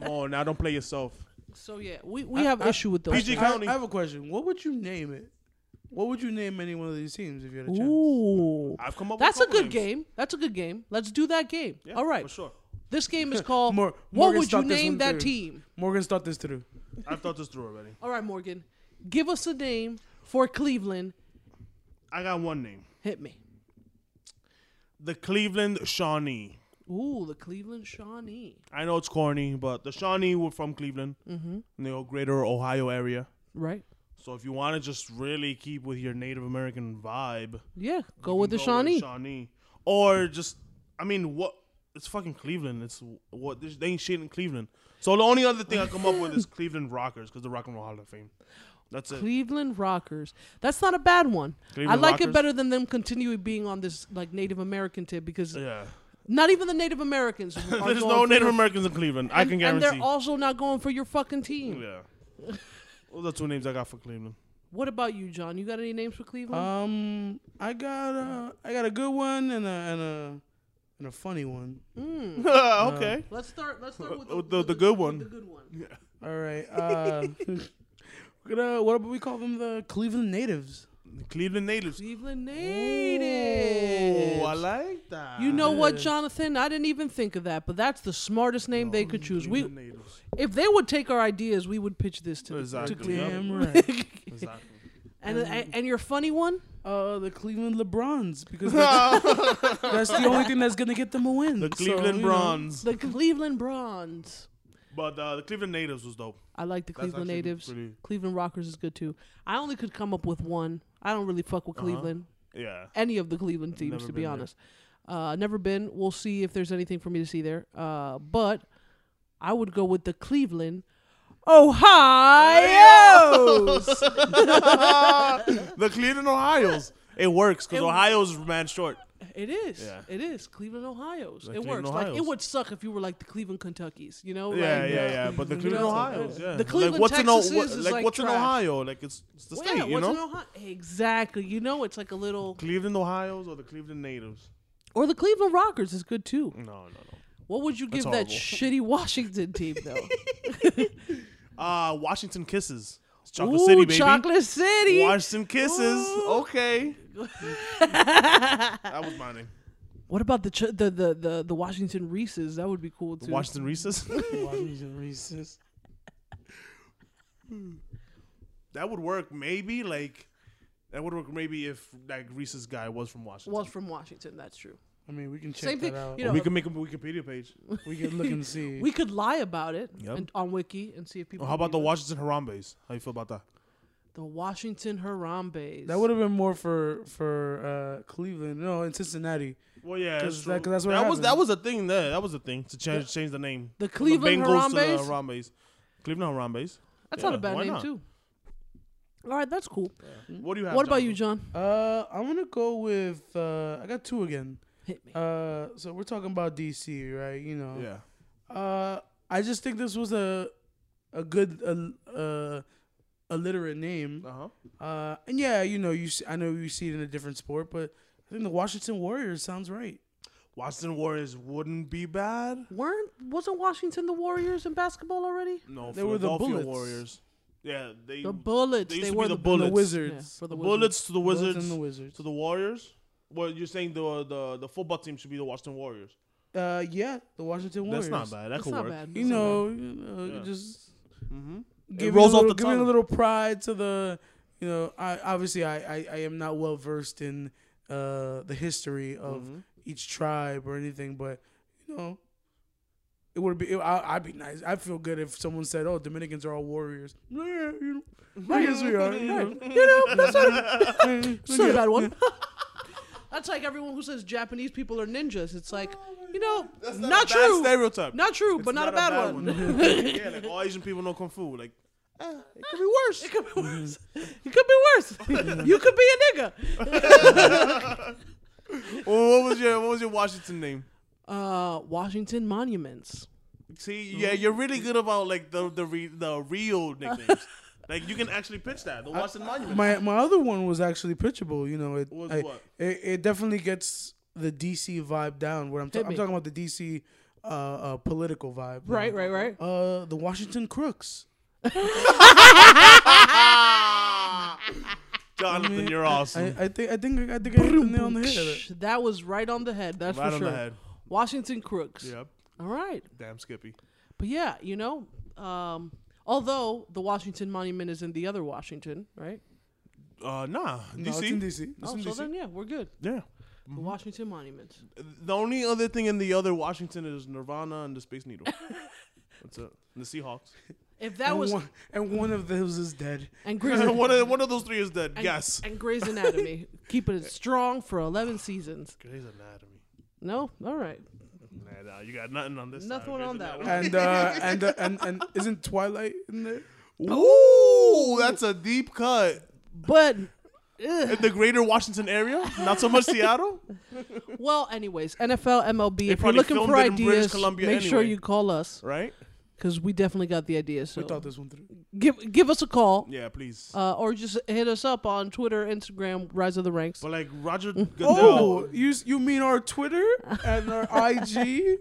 Oh, now don't play yourself.
so yeah, we, we have issue with those.
PG
things.
I,
County.
I have a question. What would you name it? What would you name any one of these teams if you had a chance?
Ooh,
I've come up.
that's a
with couple
good
names.
game. That's a good game. Let's do that game.
Yeah,
All right,
for sure.
this game is called.
Mor-
what
Morgan
would you
stuck this
name
one
that
through.
team?
Morgan's thought this through.
I've thought this through already.
All right, Morgan, give us a name for Cleveland.
I got one name.
Hit me.
The Cleveland Shawnee.
Ooh, the Cleveland Shawnee.
I know it's corny, but the Shawnee were from Cleveland, mm-hmm. the greater Ohio area.
Right.
So if you want to just really keep with your Native American vibe,
Yeah, go
you
with
can
the Shawnee.
Shawnee, or just I mean, what it's fucking Cleveland. It's what there's- they ain't shit in Cleveland. So the only other thing I come up with is Cleveland Rockers because the Rock and Roll Hall of Fame. That's it.
Cleveland Rockers. That's not a bad one.
Cleveland
I like it
Rockers?
better than them continuing being on this like Native American tip because
Yeah,
not even the Native Americans. Are
there's
going
no
for
Native
your-
Americans in Cleveland. I
and-
can guarantee.
And they're also not going for your fucking team.
yeah. Those are two names I got for Cleveland.
What about you, John? You got any names for Cleveland?
Uh,
Um, I got a, I got a good one and a and a and a funny one.
okay.
Hmm. let's start. Let's start with the,
with Oh, the-
with
the good one.
The good one.
All right. Uh, we're gonna what about we call them the Cleveland Natives?
Cleveland natives.
Cleveland
Oh, I
Natives.
like that.
You know what, Jonathan? I didn't even think of that, but that's the smartest name they could choose. We,
Cleveland natives.
if they would take our ideas, we would pitch this to,
Exactly.
to Cleveland.
Damn right.
Exactly.
And, and and your funny one?
Uh, the Cleveland LeBrons because that's, that's the only thing that's gonna get them a win.
The
So,
Cleveland
you know.
Bronze.
The Cleveland Bronze.
But uh, the Cleveland Natives was dope.
I like the
That's
Cleveland
actually
Natives.
pretty-
Cleveland Rockers is good too. I only could come up with one. I don't really fuck with Cleveland.
Yeah.
Any of the Cleveland teams,
Uh-huh. Never
to be
been there.
honest. Uh, never been. We'll see if there's anything for me to see there. Uh, but I would go with the Cleveland Ohio's.
the Cleveland Ohio's. It works because Ohio's man short.
It is.
Yeah.
It is Cleveland, Ohio's.
Like
it
Cleveland,
works. Like it
Ohio's.
would suck if you were like the Cleveland, Kentuckies. You know.
yeah,
like,
yeah, yeah. But the
you
Cleveland,
know,
Ohio's,
uh,
yeah.
The Cleveland,
like, what's in O-
Texas
what-
is
like,
like
what's in
trash.
Ohio? Like it's, it's the
Well,
state,
yeah,
you
what's
know.
in Ohio? Exactly. You know, it's like a little
Cleveland, Ohio's, or the Cleveland natives?
or the Cleveland Rockers is good too.
No, no, no.
What would you
That's
give that
horrible.
shitty Washington team though?
Uh Washington Kisses. It's Chocolate
Ooh,
City, baby.
Chocolate City.
Washington Kisses.
Ooh.
Okay. that was my name.
What about the, ch- the the the the Washington Reese's? That would be cool
The
too.
Washington Reese's.
Washington Reese's.
that would work maybe like that would work maybe if that Reese's guy was from Washington.
was from Washington. That's true.
I mean, we can check
Same
that
thing,
out.
you know-
we could make a Wikipedia page.
we can look and see.
We could lie about it
Yep.
and, on Wiki and see if people.
Or how about the
believe
Washington Harambe's? How you feel about that?
it. the Washington Harambe's?
that would have been more for for uh, Cleveland. No, in Cincinnati.
Well, yeah,
Cause that-
that's true.
cause that's what
that was that
happened.
was a thing. There, that was a thing to change change the name.
The
From the
Cleveland
Bengals
Harambe's?
to the Harambe's. Cleveland Harambe's.
That's
Yeah,
not a bad
why
name
not?
too. All right, that's cool.
What do you have?
what about you,
Jonathan?
John?
Uh, I'm gonna go with. Uh, I got two again.
Hit me.
Uh, so we're talking about DC, right? You know.
Yeah.
Uh, I just think this was a a good uh, uh alliterate name.
Uh huh.
Uh, and yeah, you know, you s- I know you see it in a different sport, but I think the Washington Warriors sounds right.
Washington Warriors wouldn't be bad.
Weren't wasn't Washington the Warriors in basketball already?
No,
They were the
Philadelphia
Bullets.
Warriors. Yeah, they
The Bullets.
they
They,
used to
were the,
be the
Bull-
And
Bullets.
The Wizards.
Yeah, for the Wizards.
Bullets to the
Bullets
Wizards
and the Wizards.
to the Warriors. Well, you're saying the the the football team should be the Washington Warriors.
Uh, yeah, the Washington Warriors.
That's not bad. That
That's
could
not
work.
bad.
You
That's not
know, you know, you
Yeah.
just
Mm-hmm.
giving
rolls
a
off
little,
the
giving a
tongue.
little pride to the. You know, I obviously I I, I am not well versed in uh the history of
Mm-hmm.
each tribe or anything, but you know, it would be. It, I, I'd be nice. I feel good if someone said, "Oh, Dominicans are all warriors." Yeah, you know, I guess we are. You know,
bad. You know, that's not a,
that's
that's not a bad one. that's like everyone who says Japanese people are ninjas. It's like, you know,
That's
not,
not, a bad
true.
stereotype.
Not true,
It's
but not, a bad, one.
yeah, like all Asian people know kung fu. Like
It could be worse. It could be worse. It could be worse. you could be a nigga.
Well, what was your what was your Washington name?
Uh, Washington monuments.
See, yeah,
Mm-hmm.
you're really good about like the the re, the real nicknames. like you can actually pitch that the Washington Monument.
My my other one was actually pitchable. You know, it
Was
I-
what?
it, it definitely gets the DC vibe down. Where I'm, ta-
Hit
I'm
me.
talking about the DC uh, uh, political vibe. you
Right,
know.
right, right.
Uh, the Washington Crooks.
Jonathan,
mean,
you're awesome.
I, I think I think I think I hit the nail on the head.
That was right on the head. That's
right
for
on
sure.
the head.
Washington crooks.
Yep.
All right.
Damn Skippy.
But yeah, you know, um, although the Washington Monument is in the other Washington, right?
Uh, nah,
No, it's
DC.
in DC.
Oh,
in
so
DC.
then yeah, we're good.
Yeah.
The Washington Monument.
The only other thing in the other Washington is Nirvana and the Space Needle. That's it. And the Seahawks.
If that was
and one, and one of those is dead.
and Grey's
one, of, one of those three is dead.
and,
yes.
and Grey's Anatomy, keeping it strong for eleven seasons.
Grey's Anatomy.
No, all right.
Nah, nah, you got nothing on this. side.
Nothing
Grey's
on that
Anatomy.
And uh, and, uh, and and isn't Twilight in there?
Ooh, that's a deep cut.
But
In
ugh.
the greater Washington area, not so much Seattle.
well, anyways, NFL, MLB. if you're
probably
looking
filmed
for
it in British
ideas,
Columbia
make sure
anyway.
you call us
Right?
because we definitely got the ideas.
We thought
So
this one through.
give give us a call.
Yeah, please.
Uh, or just hit us up on Twitter, Instagram, Rise of the Ranks.
but like Roger
Oh,
Goodell.
you s- you mean our Twitter and our IG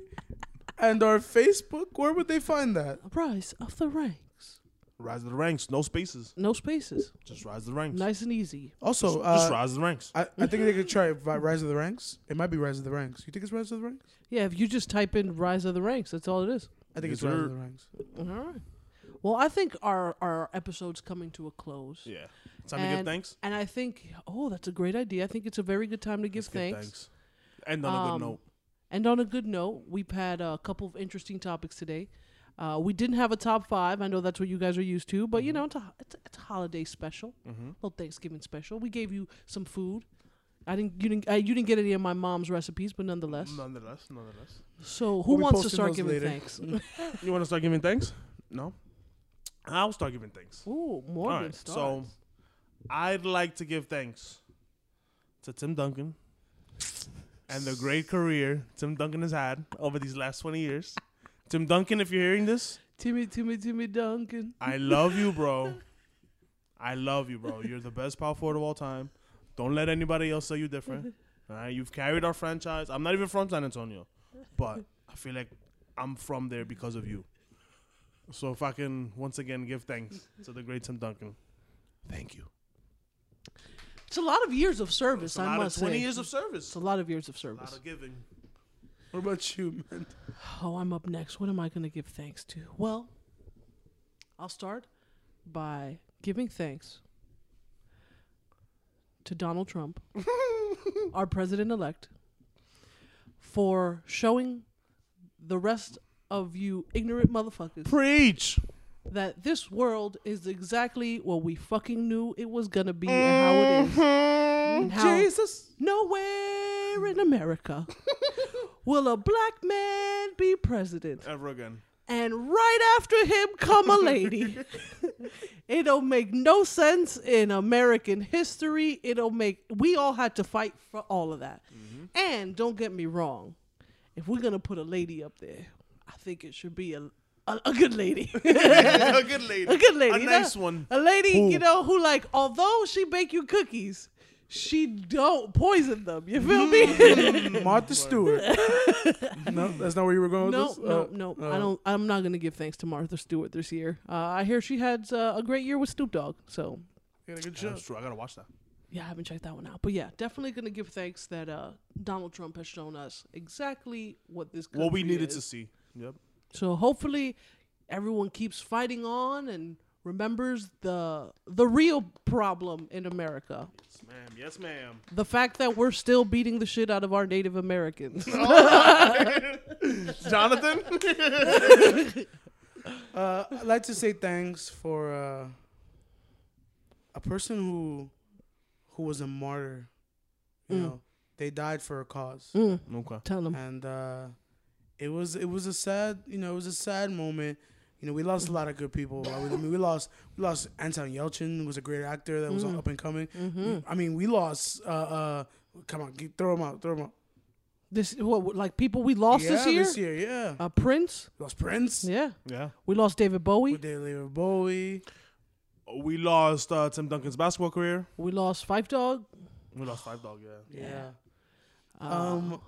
and our Facebook? Where would they find that?
Rise of the Ranks.
Rise of the ranks, no spaces.
No spaces.
Just rise of the ranks.
Nice and easy.
Also,
Just
uh,
rise of the ranks.
I, I think they could try it by Rise of the Ranks. It might be Rise of the Ranks. You think it's Rise of the Ranks?
Yeah, if you just type in Rise of the Ranks, that's all it is.
I think it's
Yes,
Rise
sir.
of the Ranks.
All right. Well, I think our, our episode's coming to a close.
Yeah. Time to give
And
thanks.
And I think, oh, that's a great idea. I think it's a very good time to give
Let's give
thanks.
And on a
Um,
good note.
And on a good note, we've had a couple of interesting topics today. Uh, we didn't have a top five. I know that's what you guys are used to, but you know, it's a, it's, a- it's a holiday special,
Mm-hmm.
little Thanksgiving special. We gave you some food. I didn't, you didn't, uh, you didn't get any of my mom's recipes, but nonetheless.
Nonetheless, nonetheless.
So who
We'll be
wants to
posting
start
those
giving
later.
thanks?
You want to start giving thanks? No. I'll start giving thanks.
Ooh, Morgan starts.
So I'd like to give thanks to Tim Duncan, and the great career Tim Duncan has had over these last 20 years. Tim Duncan, if you're hearing this,
Timmy, Timmy, Timmy Duncan.
I love you, bro. I love you, bro. You're the best power forward of all time. Don't let anybody else tell you different. All right, you've carried our franchise. I'm not even from San Antonio, but I feel like I'm from there because of you. So if I can once again give thanks to the great Tim Duncan, thank you.
It's a lot of years of service,
It's a
I
lot of
must
20
say.
years of
it's
service,
a lot of years of
a
service.
lot of giving.
What about you, man?
Oh, I'm up next. What am I going to give thanks to? Well, I'll start by giving thanks to Donald Trump, our president elect, for showing the rest of you ignorant motherfuckers
Preach.
that this world is exactly what we fucking knew it was going to be and how it is. And how
Jesus.
nowhere in America will a black man be president
Ever again.
and right after him come a lady. It'll make no sense in American history. It'll make we all had to fight for all of that.
Mm-hmm.
And don't get me wrong, if we're gonna put a lady up there, I think it should be a a, a good lady,
a good lady.
a good lady,
A
you know?
nice one.
a lady
Who?
you know who like although she bake you cookies, she don't poison them. You feel
Mm-hmm.
me?
Martha Stewart. no, that's not where you were going
No,
with this?
no, no.
Uh, uh,
I don't. I'm not gonna give thanks to Martha Stewart this year. Uh, I hear she had uh, a great year with Snoop Dogg. So
You had a good
Yeah,
show.
that's true. I gotta watch that.
yeah, I haven't checked that one out. But yeah, definitely gonna give thanks that uh, Donald Trump has shown us exactly what this. Country
What we needed
is.
to see. Yep.
So hopefully, everyone keeps fighting on and remembers the the real problem in America:
Yes, ma'am. Yes, ma'am.
the fact that we're still beating the shit out of our Native Americans.
Jonathan?
Uh, I'd like to say thanks for uh, a person who who was a martyr. You
Mm.
know, they died for a cause,
Mm,
okay.
tell them.
and uh, it was it was a sad you know it was a sad moment. You know, we lost a lot of good people. I mean, we lost we lost Anton Yelchin, who was a great actor that was
Mm.
up and coming.
hmm
I mean, we lost. Uh, uh, come on, get, throw him out, throw him out.
This what like people we lost
yeah,
this year.
This year, yeah.
Uh, Prince.
We lost Prince.
Yeah.
Yeah.
We lost David
We
Bowie.
did David Bowie.
We lost uh, Tim Duncan's basketball career.
We lost Five Dog.
We lost Five Dog, yeah.
Yeah.
Yeah. Oh.
Um,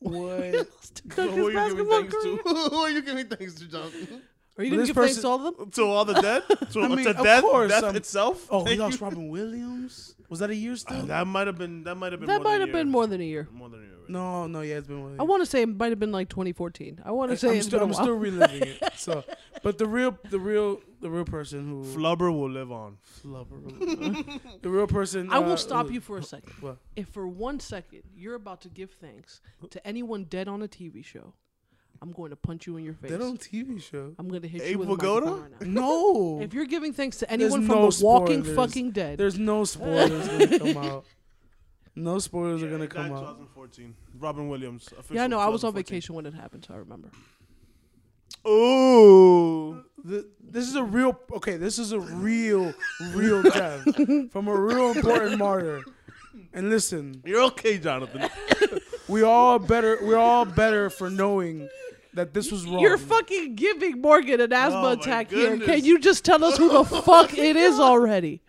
we
what?
lost Tim Duncan's basketball career.
to? who are you giving thanks to, Jonathan?
Are you gonna
But this
give thanks to
person-
all of them?
to all the dead? To,
I mean,
to
of
death?
course,
death
um,
itself?
Oh, we
Thank
lost
you.
Robin Williams. Was that a year
Uh,
still?
that might have been. That might have been.
That
more
might
than a
have been
year.
more than a year.
More than a year. right?
no, no, yeah, it's been one. Year.
I want to say it might have been like 2014. I want to say
I'm,
it's
still,
been
I'm
a while.
still reliving it. So, but the real, the real, the real person who
Flubber will live on.
flubber, the real person.
I
uh,
will stop
who-
you for a second.
what?
If for one second you're about to give thanks to anyone dead on a TV show, I'm going to punch you in your face.
They don't TV show.
I'm going to hit you
Abe
with a
Vigoda?
microphone right now.
No,
If you're giving thanks to
There's
anyone from
no
the Walking
spoilers.
Fucking Dead,
there's no spoilers gonna come out. No spoilers
Yeah,
are gonna
he died
come out.
2014. Robin Williams. Official
yeah, I know. I was on
2014.
vacation when it happened, so I remember.
Ooh.
Th- This is a real okay. This is a real, real death from a real important martyr. And listen,
You're okay, Jonathan.
we all better. We're all better for knowing that this was wrong.
You're fucking giving Morgan an asthma
Oh, my
attack here.
goodness.
Can you just tell us who the fuck it is already?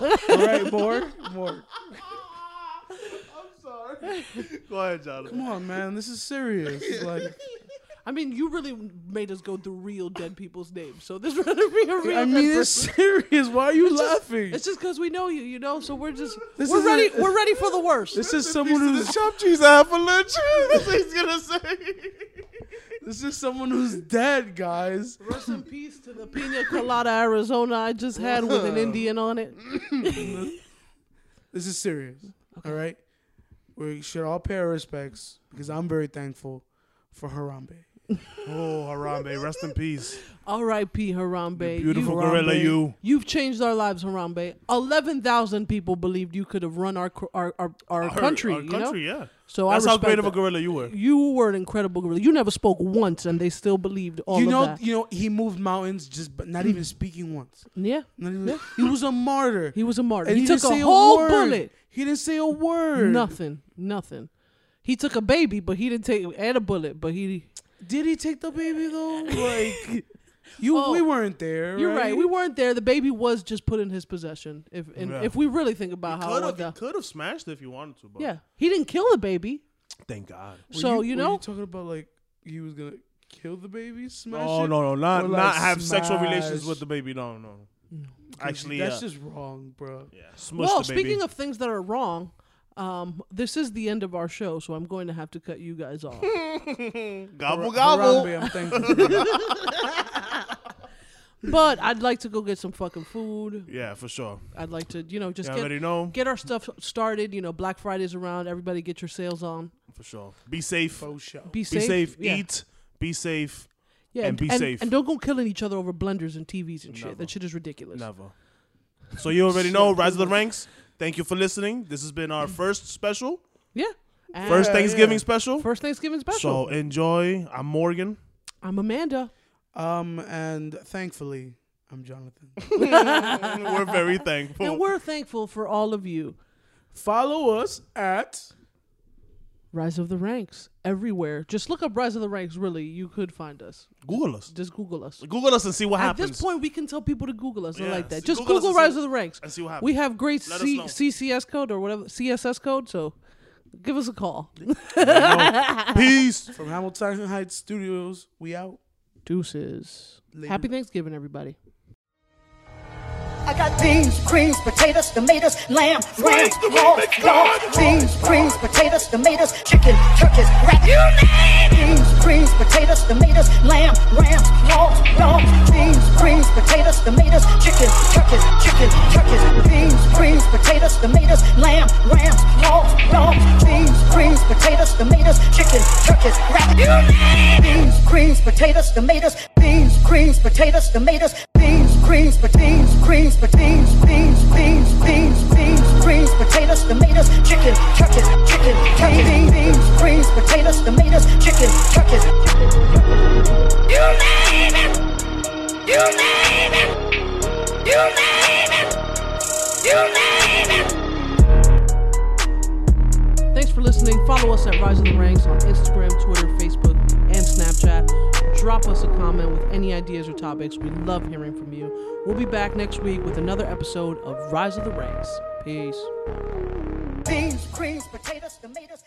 all right, more, more.
Ah, I'm sorry. Go ahead, Jonathan.
Come on, man. This is serious. It's Like,
I mean, you really made us go through real dead people's names, so this rather be a real.
I mean,
dead
it's
person.
serious. Why are you laughing?
it's just because we know you, you know. So we're just
This
we're
isn't-
ready. we're ready for the worst.
this is someone who's
chop cheese I had for lunch. That's what he's gonna say.
this is someone who's dead, guys.
Rest in peace to the pina colada Arizona I just had with an Indian on it.
This is serious. All right, we should all pay our respects because I'm very thankful for Harambe.
Oh, Harambe, rest in peace.
R.I.P. Harambe. You-
Beautiful
Harambe.
gorilla, you.
You've changed our lives, Harambe. Eleven thousand people believed you could have run our cr- our our, our, country.
Our
you know?
country, yeah.
So
That's
I
how
respect
great of a
that.
gorilla you were.
You were an incredible gorilla. You never spoke once, and they still believed all
you
of
know,
that. Hmm.
you know, he moved mountains just, but not even speaking once.
Yeah,
Not even, He was a martyr.
he was a martyr.
And
he, took
didn't
a
say
whole
word.
bullet.
He didn't say a word.
Nothing, nothing. He took a baby, but he didn't take and a bullet, but he.
Did he take the baby though? Like you,
Oh.
we weren't there.
You're right. We weren't there. The baby was just put in his possession. If and
Yeah.
if we really think about how
Could
what
have,
the,
could have smashed it if you wanted to, but
yeah, he didn't kill the baby.
thank God.
Were
so you,
were
know,
talking about like he was gonna kill the baby, smash
No,
it?
Oh, no, no, not
Or, like,
not have sexual relations
smash.
with the baby. No, no, no.
'Cause
Actually,
that's
uh,
just wrong, bro.
yeah. Smush
well,
the baby.
speaking of things that are wrong, um, this is the end of our show, so I'm going to have to cut you guys off.
gobble
Har-
gobble.
Harambe, I'm thankful.
but I'd like to go get some fucking food.
Yeah, for sure.
I'd like to, you know, just
Yeah, I
get
already know
get our stuff started. You know, Black Friday's around. Everybody get your sales on.
for sure. Be safe.
Faux show.
Be
Be
safe.
safe.
Yeah.
Eat. Be safe.
Yeah,
and be safe.
And don't go killing each other over blenders and TVs and shit.
Never.
That shit is ridiculous.
Never. So you already know. Rise of the ranks. Thank you for listening. This has been our first special,
Mm. Yeah. And
first
Yeah,
Thanksgiving
yeah.
special.
first Thanksgiving
So
special.
enjoy. I'm Morgan.
I'm Amanda.
Um, and thankfully, I'm Jonathan.
we're very thankful.
And we're thankful for all of you.
Follow us at
Rise of the Ranks everywhere. Just look up Rise of the Ranks, really. You could find us.
Google us.
Just Google us.
Google us and see what
At
happens.
this point, we can tell people to Google us. I
Yeah,
like that.
see-
Just
Google
Google,
us and
Rise
see-
of the Ranks.
and see what happens.
We have great
Let us
C-
know.
CCS code or whatever, CSS code, so give us a call.
Peace.
from Hamilton Heights Studios. We out.
Deuces.
Later.
Happy Thanksgiving, everybody.
I got beans, greens, potatoes, tomatoes, lamb, ram, pork, pork, beans, greens, potatoes, tomatoes, chicken, turkeys, rat, you name Beans, greens, potatoes, tomatoes, lamb, ram, pork, pork, beans, greens, potatoes, tomatoes, chicken, turkeys, chicken, turkeys, beans, greens, potatoes, tomatoes, lamb, ram, pork, pork, beans, greens, potatoes, tomatoes, chicken, turkeys, rat, you name Beans, greens, potatoes, tomatoes, beans, greens, potatoes, tomatoes, beans, greens, potatoes, greens, potatoes, beans, beans, beans, beans, greens, potatoes, tomatoes, chicken, turkeys, chicken, turkey, beans, beans, greens, potatoes, tomatoes, chicken, turkeys. You name it. You name it. You name it. You name it.
Thanks for listening. Follow us at Rise of the Ranks on Instagram, Twitter, Facebook, and Snapchat. Drop us a comment with any ideas or topics. We love hearing from you. We'll be back next week with another episode of Rise of the Ranks. Peace.
Beans, greens, potatoes, tomatoes.